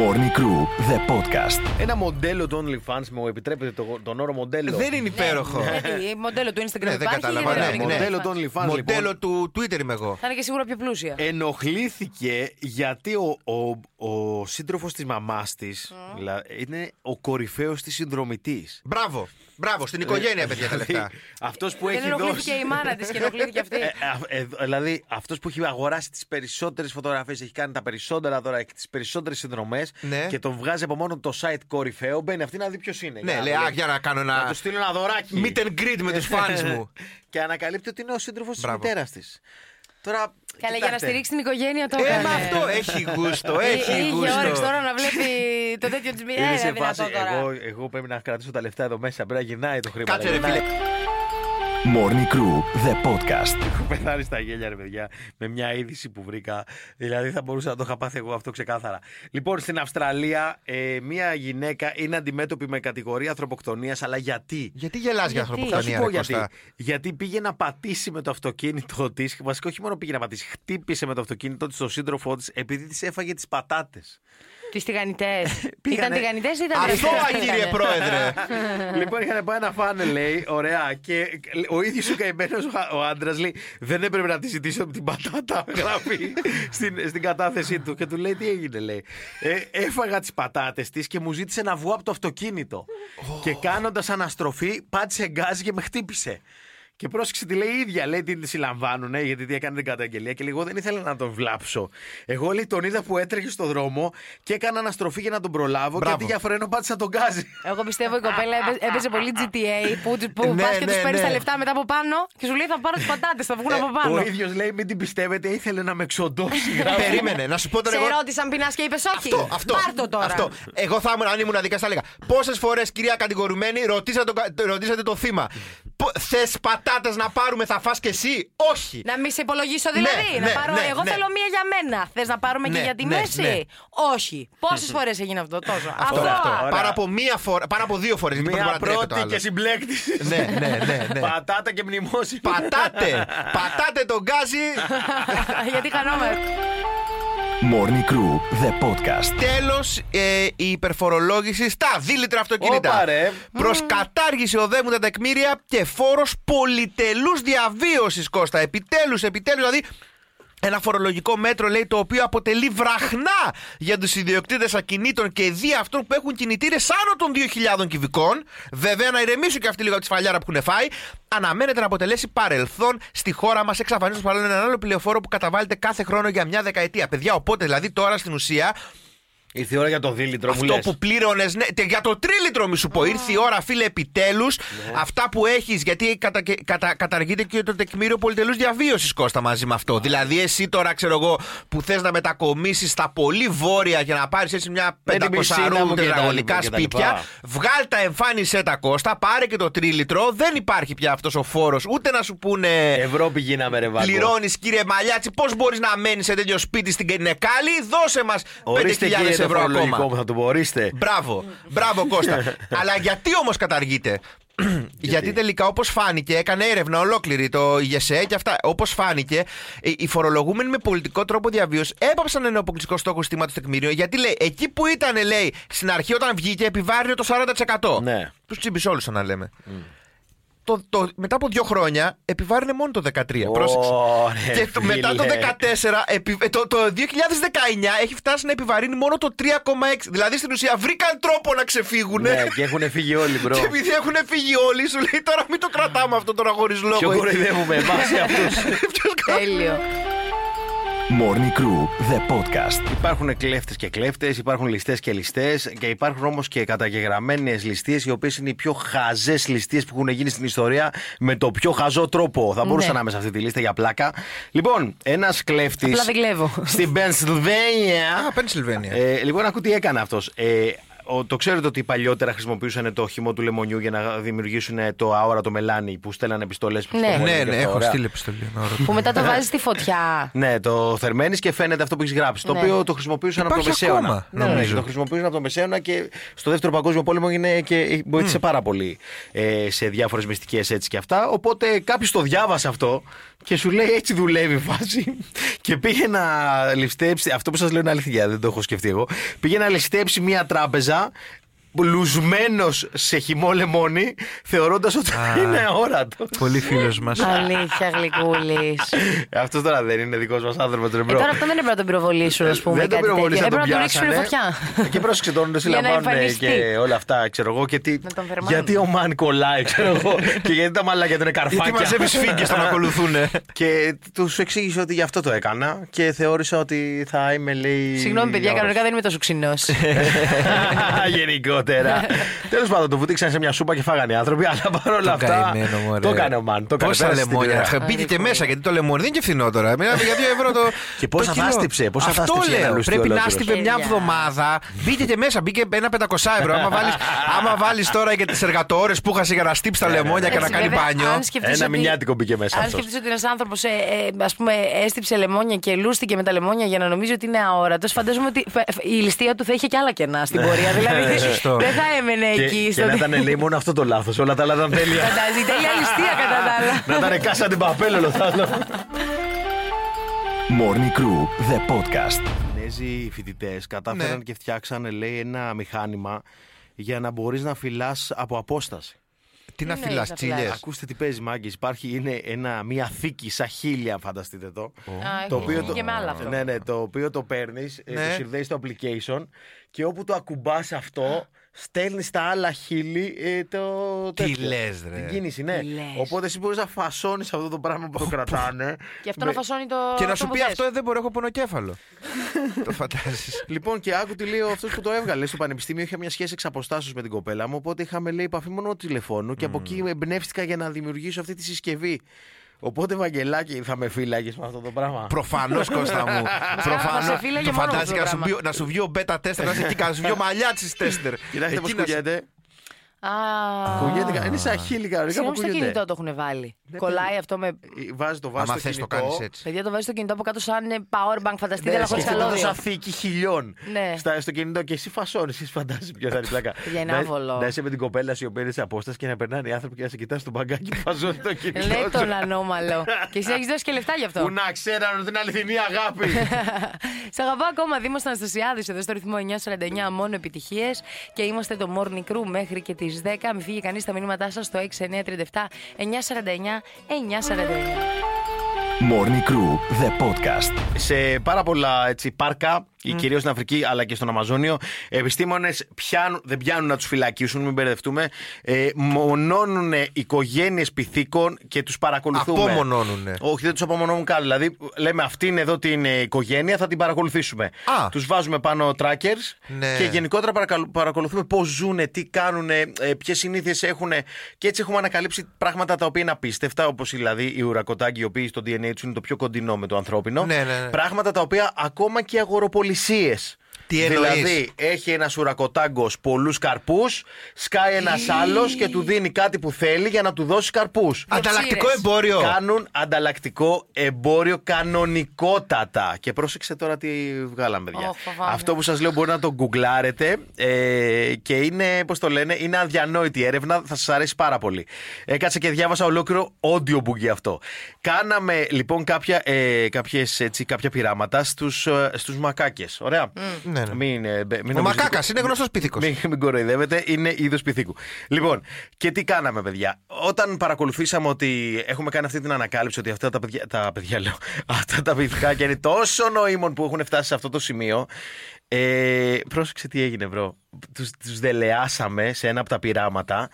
[SPEAKER 2] Morning Crew, the podcast.
[SPEAKER 3] Ένα μοντέλο του OnlyFans μου επιτρέπετε το- τον όρο μοντέλο.
[SPEAKER 5] Δεν είναι υπέροχο.
[SPEAKER 4] Γιατί, μοντέλο του Instagram
[SPEAKER 5] Ναι, δεν
[SPEAKER 4] υπάρχει.
[SPEAKER 5] κατάλαβα,
[SPEAKER 4] δεν
[SPEAKER 5] ναι,
[SPEAKER 3] Ναι,
[SPEAKER 4] υπάρχει.
[SPEAKER 5] ναι.
[SPEAKER 3] μοντέλο του OnlyFans. λοιπόν.
[SPEAKER 5] Μοντέλο του Twitter είμαι εγώ.
[SPEAKER 4] Θα είναι και σίγουρα πιο πλούσια.
[SPEAKER 5] Ε,
[SPEAKER 3] Ενοχλήθηκε γιατί ο, ο, ο σύντροφος της μαμάς της δηλαδή, είναι ο κορυφαίος της συνδρομητής.
[SPEAKER 5] Μπράβο. Μπράβο, στην
[SPEAKER 3] ε,
[SPEAKER 5] οικογένεια, παιδιά, τα λεφτά.
[SPEAKER 3] Αυτό Δηλαδή, που
[SPEAKER 4] Ε, Δεν
[SPEAKER 3] έχει
[SPEAKER 4] ενοχλήθηκε
[SPEAKER 3] δώσει.
[SPEAKER 4] η μάνα της και ενοχλήθηκε αυτή.
[SPEAKER 3] Ε, α- ε, δηλαδή, αυτός που έχει αγοράσει τις περισσότερες φωτογραφίες, έχει κάνει τα περισσότερα δώρα και τις περισσότερες συνδρομές
[SPEAKER 5] Ναι.
[SPEAKER 3] και τον βγάζει από μόνο το site κορυφαίο. Μπαίνει αυτή να δει ποιος είναι.
[SPEAKER 5] Ναι,
[SPEAKER 3] να-
[SPEAKER 5] λέει, «Α, για να κάνω
[SPEAKER 3] ε, Να Ε,
[SPEAKER 5] ένα
[SPEAKER 3] του στείλω ένα δωράκι.
[SPEAKER 5] meet and greet με
[SPEAKER 3] *laughs*
[SPEAKER 5] τους fans μου.
[SPEAKER 3] και ανακαλύπτει ότι είναι ο σύντροφος της
[SPEAKER 5] Μπράβο.
[SPEAKER 3] μητέρας της. Τώρα.
[SPEAKER 4] Καλά, για να
[SPEAKER 3] κοιτάξτε.
[SPEAKER 4] στηρίξει την οικογένεια το
[SPEAKER 5] Ε,
[SPEAKER 4] έκανε.
[SPEAKER 5] μα αυτό έχει γούστο,
[SPEAKER 4] Ε,
[SPEAKER 5] έχει
[SPEAKER 4] Είχε όρεξη
[SPEAKER 5] γούστο.
[SPEAKER 4] τώρα να βλέπει το τέτοιο της μητέρα.
[SPEAKER 3] Είναι σε
[SPEAKER 4] Είναι
[SPEAKER 3] φάση,
[SPEAKER 4] δυνατό
[SPEAKER 3] εγώ,
[SPEAKER 4] τώρα.
[SPEAKER 3] εγώ πρέπει να κρατήσω τα λεφτά εδώ μέσα. Πρέπει να γυρνάει το χρήμα.
[SPEAKER 5] Κάτσε,
[SPEAKER 3] να
[SPEAKER 5] ρε
[SPEAKER 3] γυρνάει.
[SPEAKER 5] φίλε.
[SPEAKER 2] Morning Crew, the podcast.
[SPEAKER 3] *laughs* Έχω πεθάνει στα γέλια, ρε παιδιά, με μια είδηση που βρήκα. Δηλαδή θα μπορούσα να το είχα πάθει εγώ αυτό ξεκάθαρα. Λοιπόν, στην Αυστραλία, ε, μια γυναίκα είναι αντιμέτωπη με κατηγορία ανθρωποκτονίας, αλλά γιατί.
[SPEAKER 5] Γιατί γελάς για
[SPEAKER 3] Θα σου
[SPEAKER 5] ανθρωποκτονία,
[SPEAKER 3] πω
[SPEAKER 5] ρε
[SPEAKER 3] γιατί.
[SPEAKER 5] Κώστα.
[SPEAKER 3] Γιατί πήγε να πατήσει με το αυτοκίνητο της. Βασικά, όχι μόνο πήγε να πατήσει, χτύπησε με το αυτοκίνητο της τον σύντροφό της, επειδή της έφαγε τις πατάτες.
[SPEAKER 4] Τις τηγανιτές. Ήταν
[SPEAKER 3] Πήγανε-
[SPEAKER 4] τηγανιτές ή ήταν.
[SPEAKER 5] Αθώα,
[SPEAKER 4] τηγανιτές,
[SPEAKER 5] κύριε
[SPEAKER 4] ήτανε.
[SPEAKER 5] Πρόεδρε.
[SPEAKER 3] λοιπόν, είχαν πάει να φάνε, λέει, ωραία. Και ο ίδιος ο καημένος ο άντρας λέει: Δεν έπρεπε να τη ζητήσω την πατάτα, γράφει στην, στην κατάθεσή του. Και του λέει: Τι έγινε, λέει. Ε, έφαγα τις πατάτες της και μου ζήτησε να βγω από το αυτοκίνητο. Και κάνοντας αναστροφή, πάτησε γκάζι και με χτύπησε. Και πρόσεξε τι λέει η ίδια. Λέει την συλλαμβάνουν, γιατί τι έκανε την καταγγελία. Και λέει: Εγώ δεν ήθελα να τον βλάψω. Εγώ λέει τον είδα που έτρεχε στο δρόμο και έκανα αναστροφή για να τον προλάβω.
[SPEAKER 5] Μπράβο.
[SPEAKER 3] Και αντί για φρένο πάτησα τον γκάζι.
[SPEAKER 4] Εγώ πιστεύω η κοπέλα έπαι- έπαιζε πολύ GTA που, που
[SPEAKER 5] Ναι,
[SPEAKER 4] πας και
[SPEAKER 5] ναι,
[SPEAKER 4] τους παίρνει
[SPEAKER 5] ναι. Ε,
[SPEAKER 4] τα λεφτά μετά από πάνω και σου λέει θα πάρω τις πατάτες, θα βγουν από
[SPEAKER 3] Ο
[SPEAKER 4] πάνω.
[SPEAKER 3] ίδιος λέει: Μην την πιστεύετε, ήθελε να με
[SPEAKER 5] *laughs*
[SPEAKER 3] ξοντώσει. γράφει.
[SPEAKER 5] Περίμενε, να σου πω τώρα
[SPEAKER 4] Σε
[SPEAKER 5] εγώ.
[SPEAKER 4] ρώτησαν πεινάς και είπες όχι.
[SPEAKER 5] Αυτό, αυτό.
[SPEAKER 4] Πάρ' το τώρα.
[SPEAKER 5] Αυτό. Εγώ θα ήμουν, αν ήμουν δικά, θα έλεγα. Πόσες φορές, κυρία κατηγορημένη, ρωτήσατε, το- ρωτήσατε το θύμα. Θες πατάτες να πάρουμε, θα φας και εσύ. Όχι.
[SPEAKER 4] Να μη σε υπολογίσω δηλαδή.
[SPEAKER 5] Ναι,
[SPEAKER 4] να
[SPEAKER 5] ναι,
[SPEAKER 4] πάρω,
[SPEAKER 5] ναι,
[SPEAKER 4] εγώ
[SPEAKER 5] ναι.
[SPEAKER 4] θέλω μία για μένα. Θες να πάρουμε
[SPEAKER 5] Ναι,
[SPEAKER 4] και για τη
[SPEAKER 5] ναι,
[SPEAKER 4] μέση.
[SPEAKER 5] ναι.
[SPEAKER 4] Όχι. Πόσες φορές έγινε αυτό τόσο.
[SPEAKER 5] Αυτό,
[SPEAKER 4] Αθώα.
[SPEAKER 5] αυτό.
[SPEAKER 3] ωραία.
[SPEAKER 5] Πάνω από, μία φορά, πάνω από δύο φορές.
[SPEAKER 3] Μια πρώτη και συμπλέκτη.
[SPEAKER 5] Ναι, ναι, ναι, ναι.
[SPEAKER 3] Πατάτα και μνημόσυνο. *laughs*
[SPEAKER 5] Πατάτε! Πατάτε τον γκάζι
[SPEAKER 4] *laughs* Γιατί χανόμαι.
[SPEAKER 2] Morning Crew, the podcast.
[SPEAKER 5] Τέλος ε, η υπερφορολόγηση στα δίλητρα αυτοκίνητα.
[SPEAKER 3] Όπα, ρε.
[SPEAKER 5] Προ κατάργηση οδεύουν τα τεκμήρια και φόρος πολυτελούς διαβίωσης, Κώστα. Επιτέλους, επιτέλους, δηλαδή. Ένα φορολογικό μέτρο, λέει, το οποίο αποτελεί βραχνά για τους ιδιοκτήτες ακινήτων και δι' αυτών που έχουν κινητήρες άνω των 2.000 κυβικών. Βέβαια, να ηρεμήσουν και αυτοί λίγο από τη σφαλιάρα που έχουν φάει. Αναμένεται να αποτελέσει παρελθόν στη χώρα μας. Εξαφανίζοντας παράλληλα έναν άλλο πληροφόρο που καταβάλλεται κάθε χρόνο για μια δεκαετία. Παιδιά, οπότε δηλαδή τώρα στην ουσία
[SPEAKER 3] Ήρθε η ώρα για το δίλητρο μου
[SPEAKER 5] Αυτό
[SPEAKER 3] λες.
[SPEAKER 5] που πλήρωνες. Ναι, τε- για το τρίλιτρο μη σου πω. Ήρθε η ώρα, φίλε, επιτέλους.
[SPEAKER 3] Ναι.
[SPEAKER 5] Αυτά που έχεις. Γιατί κατα, και- κατα, καταργείται και το τεκμήριο πολυτελούς διαβίωσης, Κώστα, μαζί με αυτό. Δηλαδή, εσύ τώρα, ξέρω εγώ, που θες να μετακομίσεις στα πολύ βόρεια για να πάρεις έτσι μια
[SPEAKER 3] Με την πισίνα μου και
[SPEAKER 5] πεντακοσαρού
[SPEAKER 3] τα λοιπά
[SPEAKER 5] τετραγωνικά
[SPEAKER 3] και τα
[SPEAKER 5] σπίτια.
[SPEAKER 3] λοιπά.
[SPEAKER 5] Βγάλ τα, εμφάνισε τα Κώστα, πάρε και το τρίλιτρο. Δεν υπάρχει πια αυτός ο φόρος. Ούτε να σου πούνε.
[SPEAKER 3] Ευρώπη γίναμε ρε Βάγκο.
[SPEAKER 5] Πληρώνεις, κύριε Μαλιάτσι, πώς μπορείς να μένεις σε τέτοιο σπίτι στην Κενεκάλη. Δώσε μας
[SPEAKER 3] Ορίστε
[SPEAKER 5] 5.000
[SPEAKER 3] κύριε το
[SPEAKER 5] ευρώ
[SPEAKER 3] φορολογικό
[SPEAKER 5] ακόμα.
[SPEAKER 3] μου θα το πω. Ορίστε.
[SPEAKER 5] Μπράβο, μπράβο Κώστα. Αλλά γιατί όμως καταργείται. Γιατί τελικά, όπως φάνηκε, έκανε έρευνα ολόκληρη το ΓΕΣΕ και αυτά. Όπως φάνηκε, οι οι φορολογούμενοι με πολιτικό τρόπο διαβίωσης έπαψαν ένα αποκλειστικό στόχο στήματο τεκμήριο. Γιατί λέει, εκεί που ήταν, λέει, στην αρχή όταν βγήκε, επιβάρυνε το 40%.
[SPEAKER 3] Ναι.
[SPEAKER 5] Τους τσίμπησε όλους, να λέμε. Το, το, μετά από δύο χρόνια επιβάρυνε μόνο το 13. Πρόσεξε.
[SPEAKER 3] Ωρε,
[SPEAKER 5] και το- μετά το
[SPEAKER 3] φίλε.
[SPEAKER 5] 14, επι- ε, το, το 2019 έχει φτάσει να επιβαρύνει μόνο το 3,6. Δηλαδή στην ουσία βρήκαν τρόπο να ξεφύγουν. *laughs*
[SPEAKER 3] Ναι, και έχουν φύγει όλοι, μπρο.
[SPEAKER 5] Και επειδή έχουν φύγει όλοι, σου λέει τώρα μην το κρατάμε αυτό τώρα χωρίς λόγο.
[SPEAKER 3] Ποιο
[SPEAKER 5] *laughs*
[SPEAKER 3] κοροϊδεύουμε εμάς ή αυτούς.
[SPEAKER 5] Ποιος κα-
[SPEAKER 4] Τέλειο.
[SPEAKER 2] Morning Crew, the podcast.
[SPEAKER 3] Υπάρχουν κλέφτες και κλέφτες, υπάρχουν ληστές και ληστές και υπάρχουν όμως και καταγεγραμμένες ληστείες οι οποίες είναι οι πιο χαζές ληστείες που έχουν γίνει στην ιστορία με το πιο χαζό τρόπο. Θα
[SPEAKER 4] Ναι.
[SPEAKER 3] μπορούσα να είμαι σε αυτή τη λίστα για πλάκα. Λοιπόν, ένας κλέφτης.
[SPEAKER 4] Απλά δεν κλέβω.
[SPEAKER 3] Στην Πενσιλβένια.
[SPEAKER 5] Α, Πενσιλβένια.
[SPEAKER 3] Ε, λοιπόν, ακούτε τι έκανε αυτός. Ε, ο- το ξέρετε ότι παλιότερα χρησιμοποιούσαν το χυμό του λεμονιού για να δημιουργήσουν το αόρατο μελάνι που στέλνανε επιστολές.
[SPEAKER 4] Ναι.
[SPEAKER 3] ε,
[SPEAKER 5] Ναι, ναι, έχω στείλει επιστολή. ένα ώρα.
[SPEAKER 4] Που μετά το βάζεις στη φωτιά.
[SPEAKER 3] Ναι, το θερμαίνεις και φαίνεται αυτό που έχεις γράψει. Το
[SPEAKER 4] Ναι.
[SPEAKER 3] οποίο το χρησιμοποιούσαν από τον
[SPEAKER 5] Υπάρχει
[SPEAKER 3] Μεσαίωνα.
[SPEAKER 5] ακόμα,
[SPEAKER 3] ναι, ναι,
[SPEAKER 5] νομίζω.
[SPEAKER 3] το χρησιμοποιούσαν από τον Μεσαίωνα και στο δεύτερο παγκόσμιο πόλεμο είναι και βοήθησε πάρα πολύ ε, σε διάφορες μυστικές έτσι και αυτά. Οπότε κάποιος το διάβασε αυτό και σου λέει έτσι δουλεύει η φάση. *laughs* και πήγε να ληστέψει. Αυτό που σας λέω είναι αλήθεια, δεν το έχω σκεφτεί εγώ. Πήγε να ληστέψει μία τράπεζα λουσμένο σε χυμό λεμόνι, θεωρώντας ότι είναι αόρατος.
[SPEAKER 5] Πολύ φίλος μας.
[SPEAKER 4] Αλήθεια, γλυκούλης.
[SPEAKER 3] Αυτός Ε, τώρα δεν είναι δικός μας άνθρωπος, ρε
[SPEAKER 4] Ε,
[SPEAKER 3] μπρο.
[SPEAKER 4] τώρα αυτό δεν έπρεπε να τον πυροβολήσουν, ας πούμε.
[SPEAKER 3] Δεν τον
[SPEAKER 4] κάτι
[SPEAKER 3] πυροβολήσαν,
[SPEAKER 4] τέτοιο.
[SPEAKER 3] τον
[SPEAKER 4] Έπρεπε να τον
[SPEAKER 3] πιάσανε.
[SPEAKER 4] ρίξουν φωτιά.
[SPEAKER 3] Και πρόσεξε
[SPEAKER 4] *laughs*
[SPEAKER 3] τον
[SPEAKER 4] Για να
[SPEAKER 5] ε,
[SPEAKER 3] συλλαμβάνουν
[SPEAKER 4] εμφανιστεί.
[SPEAKER 3] και όλα αυτά, ξέρω εγώ. Και τι,
[SPEAKER 4] Να τον φερμάνουν.
[SPEAKER 3] γιατί ο Μαν κολλάει, ξέρω
[SPEAKER 4] *laughs*
[SPEAKER 3] εγώ. και γιατί τα μαλάκια του είναι καρφάκια.
[SPEAKER 5] Γιατί μαζεύει φίγκε
[SPEAKER 3] *laughs*
[SPEAKER 5] να με ακολουθούν.
[SPEAKER 3] και τους εξήγησε ότι γι' αυτό το έκανα και θεώρησα ότι θα είμαι, λέει.
[SPEAKER 4] Συγγνώμη, παιδιά,
[SPEAKER 3] αόρας.
[SPEAKER 4] κανονικά *laughs* δεν είμαι τόσο ξινός.
[SPEAKER 3] Γενικότερα. Τέλος πάντων, το βουτήξαν σε μια σούπα και φάγανε οι άνθρωποι. Αλλά παρόλα αυτά. Το έκανε ο Μαν. Το έκανε,
[SPEAKER 5] Πόσα
[SPEAKER 3] πέρασε στην
[SPEAKER 5] λεμόνια.
[SPEAKER 3] πυρά.
[SPEAKER 5] θα Μπείτε και μέσα γιατί το λεμόνι δεν είναι και φθηνό τώρα. Μιλάμε για 2 ευρώ το.
[SPEAKER 3] *laughs* Και πόσα
[SPEAKER 5] το κιλό.
[SPEAKER 3] θάστηψε, πόσα
[SPEAKER 5] Αυτό
[SPEAKER 3] θάστηψε ένα
[SPEAKER 5] λέω.
[SPEAKER 3] λουστί
[SPEAKER 5] Πρέπει να
[SPEAKER 3] ολόκληρο.
[SPEAKER 5] στείλει μια
[SPEAKER 4] Τέλεια.
[SPEAKER 5] εβδομάδα. Μπείτε και μέσα. Μπήκε ένα 500 ευρώ. Άμα βάλεις άμα βάλεις τώρα και τις εργατόρες που είχα για να στύψει
[SPEAKER 3] Ναι,
[SPEAKER 5] τα λεμόνια και να κάνει μπάνιο.
[SPEAKER 3] Ένα μηνιάτικο μπήκε μέσα
[SPEAKER 4] Αν
[SPEAKER 3] αυτός.
[SPEAKER 4] σκεφτείς ότι ένας άνθρωπος ε, ε, ας πούμε, έστειψε λεμόνια και λούστηκε με τα λεμόνια για να νομίζει ότι είναι αόρατος, φαντάζομαι ότι φε- φε- η ληστεία του θα είχε και άλλα κενά στην πορεία. δηλαδή
[SPEAKER 3] *laughs*
[SPEAKER 5] σωστό.
[SPEAKER 4] δεν θα έμενε
[SPEAKER 3] Ναι. Ε, Και,
[SPEAKER 4] εκεί.
[SPEAKER 3] και
[SPEAKER 4] στο
[SPEAKER 3] να
[SPEAKER 4] ότι-
[SPEAKER 3] ήταν λέει μόνο αυτό το λάθος. Όλα τα άλλα ήταν
[SPEAKER 4] *laughs*
[SPEAKER 3] τέλεια.
[SPEAKER 4] Φαντάζει, τέλεια ληστεία κατά τα άλλα.
[SPEAKER 3] Να ήταν κάσα την παπέλο, Λοθάνο.
[SPEAKER 2] Morning Crew, the podcast.
[SPEAKER 3] Κινέζοι φοιτητές κατάφεραν
[SPEAKER 5] Ναι.
[SPEAKER 3] και φτιάξαν, λέει, ένα μηχάνημα για να μπορείς να φυλάς από απόσταση.
[SPEAKER 5] Τι να
[SPEAKER 4] Ναι,
[SPEAKER 5] φυλά,
[SPEAKER 4] θα
[SPEAKER 5] τσίλιες.
[SPEAKER 4] φυλάς.
[SPEAKER 3] Ακούστε τι παίζει, μάγκες. Υπάρχει, είναι ένα, μια θήκη σαν χίλια, φανταστείτε το.
[SPEAKER 4] Α,
[SPEAKER 3] Το
[SPEAKER 4] έχει
[SPEAKER 3] οποίο
[SPEAKER 4] και με άλλα αυτό.
[SPEAKER 3] Ναι, ναι, το οποίο το παίρνεις,
[SPEAKER 5] Ναι.
[SPEAKER 3] το συνδέει στο application και όπου το ακουμπάς αυτό, στέλνεις τα άλλα χείλη ε, το.
[SPEAKER 5] Τι
[SPEAKER 3] τέτοιο.
[SPEAKER 5] λες, ρε.
[SPEAKER 3] Την κίνηση, ναι.
[SPEAKER 4] Τι λες.
[SPEAKER 3] Οπότε εσύ μπορείς να φασώνεις αυτό το πράγμα που το κρατάνε.
[SPEAKER 4] Και αυτό να φασώνει το.
[SPEAKER 5] Και να σου
[SPEAKER 4] το
[SPEAKER 5] πει
[SPEAKER 4] που
[SPEAKER 5] αυτό δεν μπορώ, έχω
[SPEAKER 4] *laughs*
[SPEAKER 5] πονοκέφαλο. Το φαντάζεσαι.
[SPEAKER 3] Λοιπόν, και άκου τι λέει αυτός που το έβγαλε στο πανεπιστήμιο. Είχα μια σχέση εξ αποστάσεως με την κοπέλα μου. Οπότε είχαμε λέει επαφή μόνο τηλεφώνου και από εκεί εμπνεύστηκα για να δημιουργήσω αυτή τη συσκευή. Οπότε, Βαγγελάκη, θα με φύλαγε με αυτό το πράγμα.
[SPEAKER 5] Προφανώς, Κώστα μου. Προφανώς.
[SPEAKER 4] σε φύλαγε μόνο αυτό το
[SPEAKER 5] Το φαντάζεσαι και να σου
[SPEAKER 4] πράγμα.
[SPEAKER 5] βγει ο- να σου βγει ο μπέτα τέσσερα, να είσαι εκεί, να σου βγει ο μαλλιάτσι τέσσερα.
[SPEAKER 3] Κοιτάξτε πώ κουνιέται.
[SPEAKER 4] θες. Α.
[SPEAKER 3] Κουνιέται. κα- Είναι σαν χείλη κανονικά που
[SPEAKER 4] Συγγνώμη, στο κινητό
[SPEAKER 3] κουνιέται.
[SPEAKER 4] το έχουν βάλει. Κολλάει αυτό με.
[SPEAKER 3] Ε, Βάζει το βάζει
[SPEAKER 5] Άμα
[SPEAKER 3] στο
[SPEAKER 5] θε
[SPEAKER 3] κινητό.
[SPEAKER 5] το κάνεις έτσι.
[SPEAKER 4] Παιδιά, το βάζεις στο κινητό από κάτω σαν ε, power bank, φανταστείτε,
[SPEAKER 3] Ναι,
[SPEAKER 4] αλλά χωρί
[SPEAKER 3] σκέφτεται το
[SPEAKER 4] καλώδιο.
[SPEAKER 3] σαν θήκη χιλιών
[SPEAKER 4] Ναι.
[SPEAKER 3] στα, στο κινητό και εσύ φασώνεις. Εσύ φαντάζεσαι ποια θα είναι η
[SPEAKER 4] *laughs*
[SPEAKER 3] πλάκα.
[SPEAKER 4] Παιδιά, είναι
[SPEAKER 3] Να-
[SPEAKER 4] άβολο.
[SPEAKER 3] Να είσαι με την κοπέλα σου η οποία είναι σε απόσταση και να περνάνε οι άνθρωποι και να σε κοιτάς στο μπαγκάκι που φασώνει το κινητό.
[SPEAKER 4] Λέει
[SPEAKER 3] σου.
[SPEAKER 4] τον ανώμαλο. και εσύ έχεις δώσει και λεφτά γι' αυτό.
[SPEAKER 3] Που να ξέραν ότι είναι αληθινή αγάπη.
[SPEAKER 4] Σε αγαπάω ακόμα, Δήμο Αναστασιάδης, εδώ στο ρυθμό 949, μόνο επιτυχίες. Και είμαστε το morning crew μέχρι και τις 10. Μην φύγει κανείς τα μηνύματά σας στο 6937 949 949.
[SPEAKER 2] Morning Crew, the podcast.
[SPEAKER 3] σε πάρα πολλά έτσι, πάρκα mm. κυρίως στην Αφρική αλλά και στον Αμαζόνιο, επιστήμονες δεν πιάνουν να τους φυλακίσουν, μην μπερδευτούμε. Ε, μονώνουν οικογένειες πυθίκων και τους παρακολουθούμε.
[SPEAKER 5] Απομονώνουνε.
[SPEAKER 3] Όχι, δεν τους απομονώνουν καν. Δηλαδή, λέμε αυτή είναι εδώ την ε, οικογένεια, θα την παρακολουθήσουμε.
[SPEAKER 5] Α.
[SPEAKER 3] Τους βάζουμε πάνω trackers
[SPEAKER 5] Ναι.
[SPEAKER 3] και γενικότερα παρακαλ- παρακολουθούμε πώς ζουν, τι ε, κάνουν, ποιες συνήθειες έχουν. Και έτσι έχουμε ανακαλύψει πράγματα τα οποία είναι απίστευτα, όπως δηλαδή οι ουρακοτάγκοι, οι οποίοι στο DNA τους είναι το πιο κοντινό με το ανθρώπινο.
[SPEAKER 5] Ναι, ναι, ναι.
[SPEAKER 3] Πράγματα τα οποία ακόμα και αγοροπολισίε.
[SPEAKER 5] Τι εννοείς?
[SPEAKER 3] δηλαδή, έχει ένα ουρακοτάγκο πολλούς καρπούς, σκάει ένας άλλος και του δίνει κάτι που θέλει για να του δώσει καρπούς.
[SPEAKER 5] Ανταλλακτικό εμπόριο.
[SPEAKER 3] Κάνουν ανταλλακτικό εμπόριο κανονικότατα. Και πρόσεξε τώρα τι βγάλαμε, παιδιά.
[SPEAKER 4] Ω, φοβάμαι.
[SPEAKER 3] Αυτό που σας λέω μπορεί να το γκουγκλάρετε ε, και είναι, πώς το λένε, είναι αδιανόητη έρευνα. Θα σας αρέσει πάρα πολύ. Έκατσα και διάβασα ολόκληρο audiobook για αυτό. Κάναμε λοιπόν κάποια, ε, κάποιες, έτσι, κάποια πειράματα στους στους μακάκες. Ωραία.
[SPEAKER 5] Ναι, ναι.
[SPEAKER 3] Μην, ε, μπε- μην
[SPEAKER 5] Ο
[SPEAKER 3] νομίζετε-
[SPEAKER 5] μακάκας είναι γνωστός πίθηκος.
[SPEAKER 3] μην, μην κοροϊδεύετε, είναι είδος πυθίκου. Λοιπόν, και τι κάναμε, παιδιά. Όταν παρακολουθήσαμε ότι έχουμε κάνει αυτή την ανακάλυψη ότι αυτά τα παιδιά. Τα παιδιά λέω. *laughs* Αυτά τα πυθικάκια είναι τόσο νοήμων που έχουν φτάσει σε αυτό το σημείο. Ε, πρόσεξε τι έγινε, βρω. Τους, τους δελεάσαμε σε ένα από τα πειράματα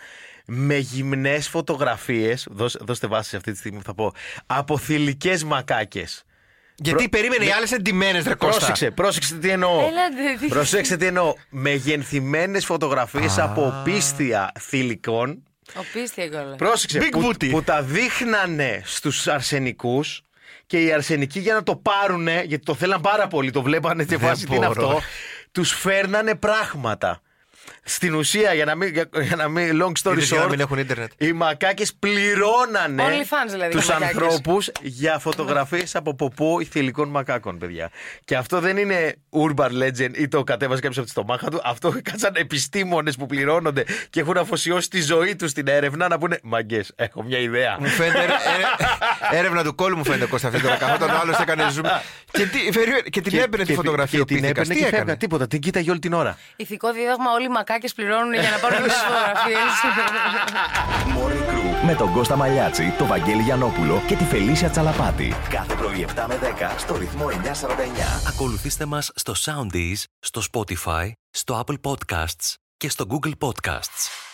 [SPEAKER 3] με γυμνές φωτογραφίες, δώσ- δώστε βάση σε αυτή τη στιγμή που θα πω, από θηλυκές μακάκες.
[SPEAKER 5] Γιατί περίμενε οι άλλες εντυμένες, ρε Κώστα.
[SPEAKER 3] Πρόσεξε, πρόσεξε τι εννοώ.
[SPEAKER 4] Έλατε, τι-
[SPEAKER 3] Πρόσεξε τι εννοώ. Μεγενθυμένες φωτογραφίες από πίστια θηλυκών.
[SPEAKER 4] Οπίστια κιόλας.
[SPEAKER 3] Πρόσεξε.
[SPEAKER 5] Big
[SPEAKER 3] που,
[SPEAKER 5] booty.
[SPEAKER 3] που τα δείχνανε στους αρσενικούς και οι αρσενικοί για να το πάρουνε, γιατί το θέλαν πάρα πολύ, το βλέπανε και
[SPEAKER 5] Δεν
[SPEAKER 3] βάση τι είναι
[SPEAKER 5] μπορώ.
[SPEAKER 3] αυτό. Τους φέρνανε πράγματα. Στην ουσία, για να μην, για, για να μην long story
[SPEAKER 5] Είδες, για να
[SPEAKER 3] short,
[SPEAKER 5] μην έχουν ίντερνετ.
[SPEAKER 3] οι μακάκες πληρώνανε
[SPEAKER 4] OnlyFans δηλαδή,
[SPEAKER 3] τους
[SPEAKER 4] οι μακάκες.
[SPEAKER 3] ανθρώπους για φωτογραφίες από ποπό θηλυκών μακάκων, παιδιά. Και αυτό δεν είναι urban legend ή το κατέβασε κάποιος από τη στομάχα του. Αυτό *laughs* κάτσαν επιστήμονες που πληρώνονται και έχουν αφοσιώσει τη ζωή τους στην έρευνα να πούνε Μαγκές, έχω μια ιδέα.
[SPEAKER 5] Μου φαίνεται έρε- έρε- έρευνα του κόλου μου φαίνεται Κώστα αυτή τώρα. Καθόταν ο άλλος έκανε zoom. Και, τι- περίμενε- και την έπαιρνε τη
[SPEAKER 3] και-
[SPEAKER 5] φωτογραφία.
[SPEAKER 3] και
[SPEAKER 5] ο
[SPEAKER 3] την
[SPEAKER 5] πίθηκας.
[SPEAKER 3] έπαιρνε
[SPEAKER 5] Τι
[SPEAKER 3] και
[SPEAKER 5] έκανε?
[SPEAKER 3] φεύγανε. Τίποτα, την κοίταγε όλη την ώρα.
[SPEAKER 4] Ηθικό δίδαγμα όλοι οι μακάκες πληρώνουν για να πάρουν τις φωτογραφίες.
[SPEAKER 2] Morning Crew με τον Κώστα Μαλιάτση, τον Βαγγέλη Γιανόπουλο και τη Φελίσια Τσαλαπάτη. Κάθε πρωί 7 με 10 στο ρυθμό 949.
[SPEAKER 9] Ακολουθήστε μας στο Soundees, στο Spotify, στο Apple Podcasts και στο Google Podcasts.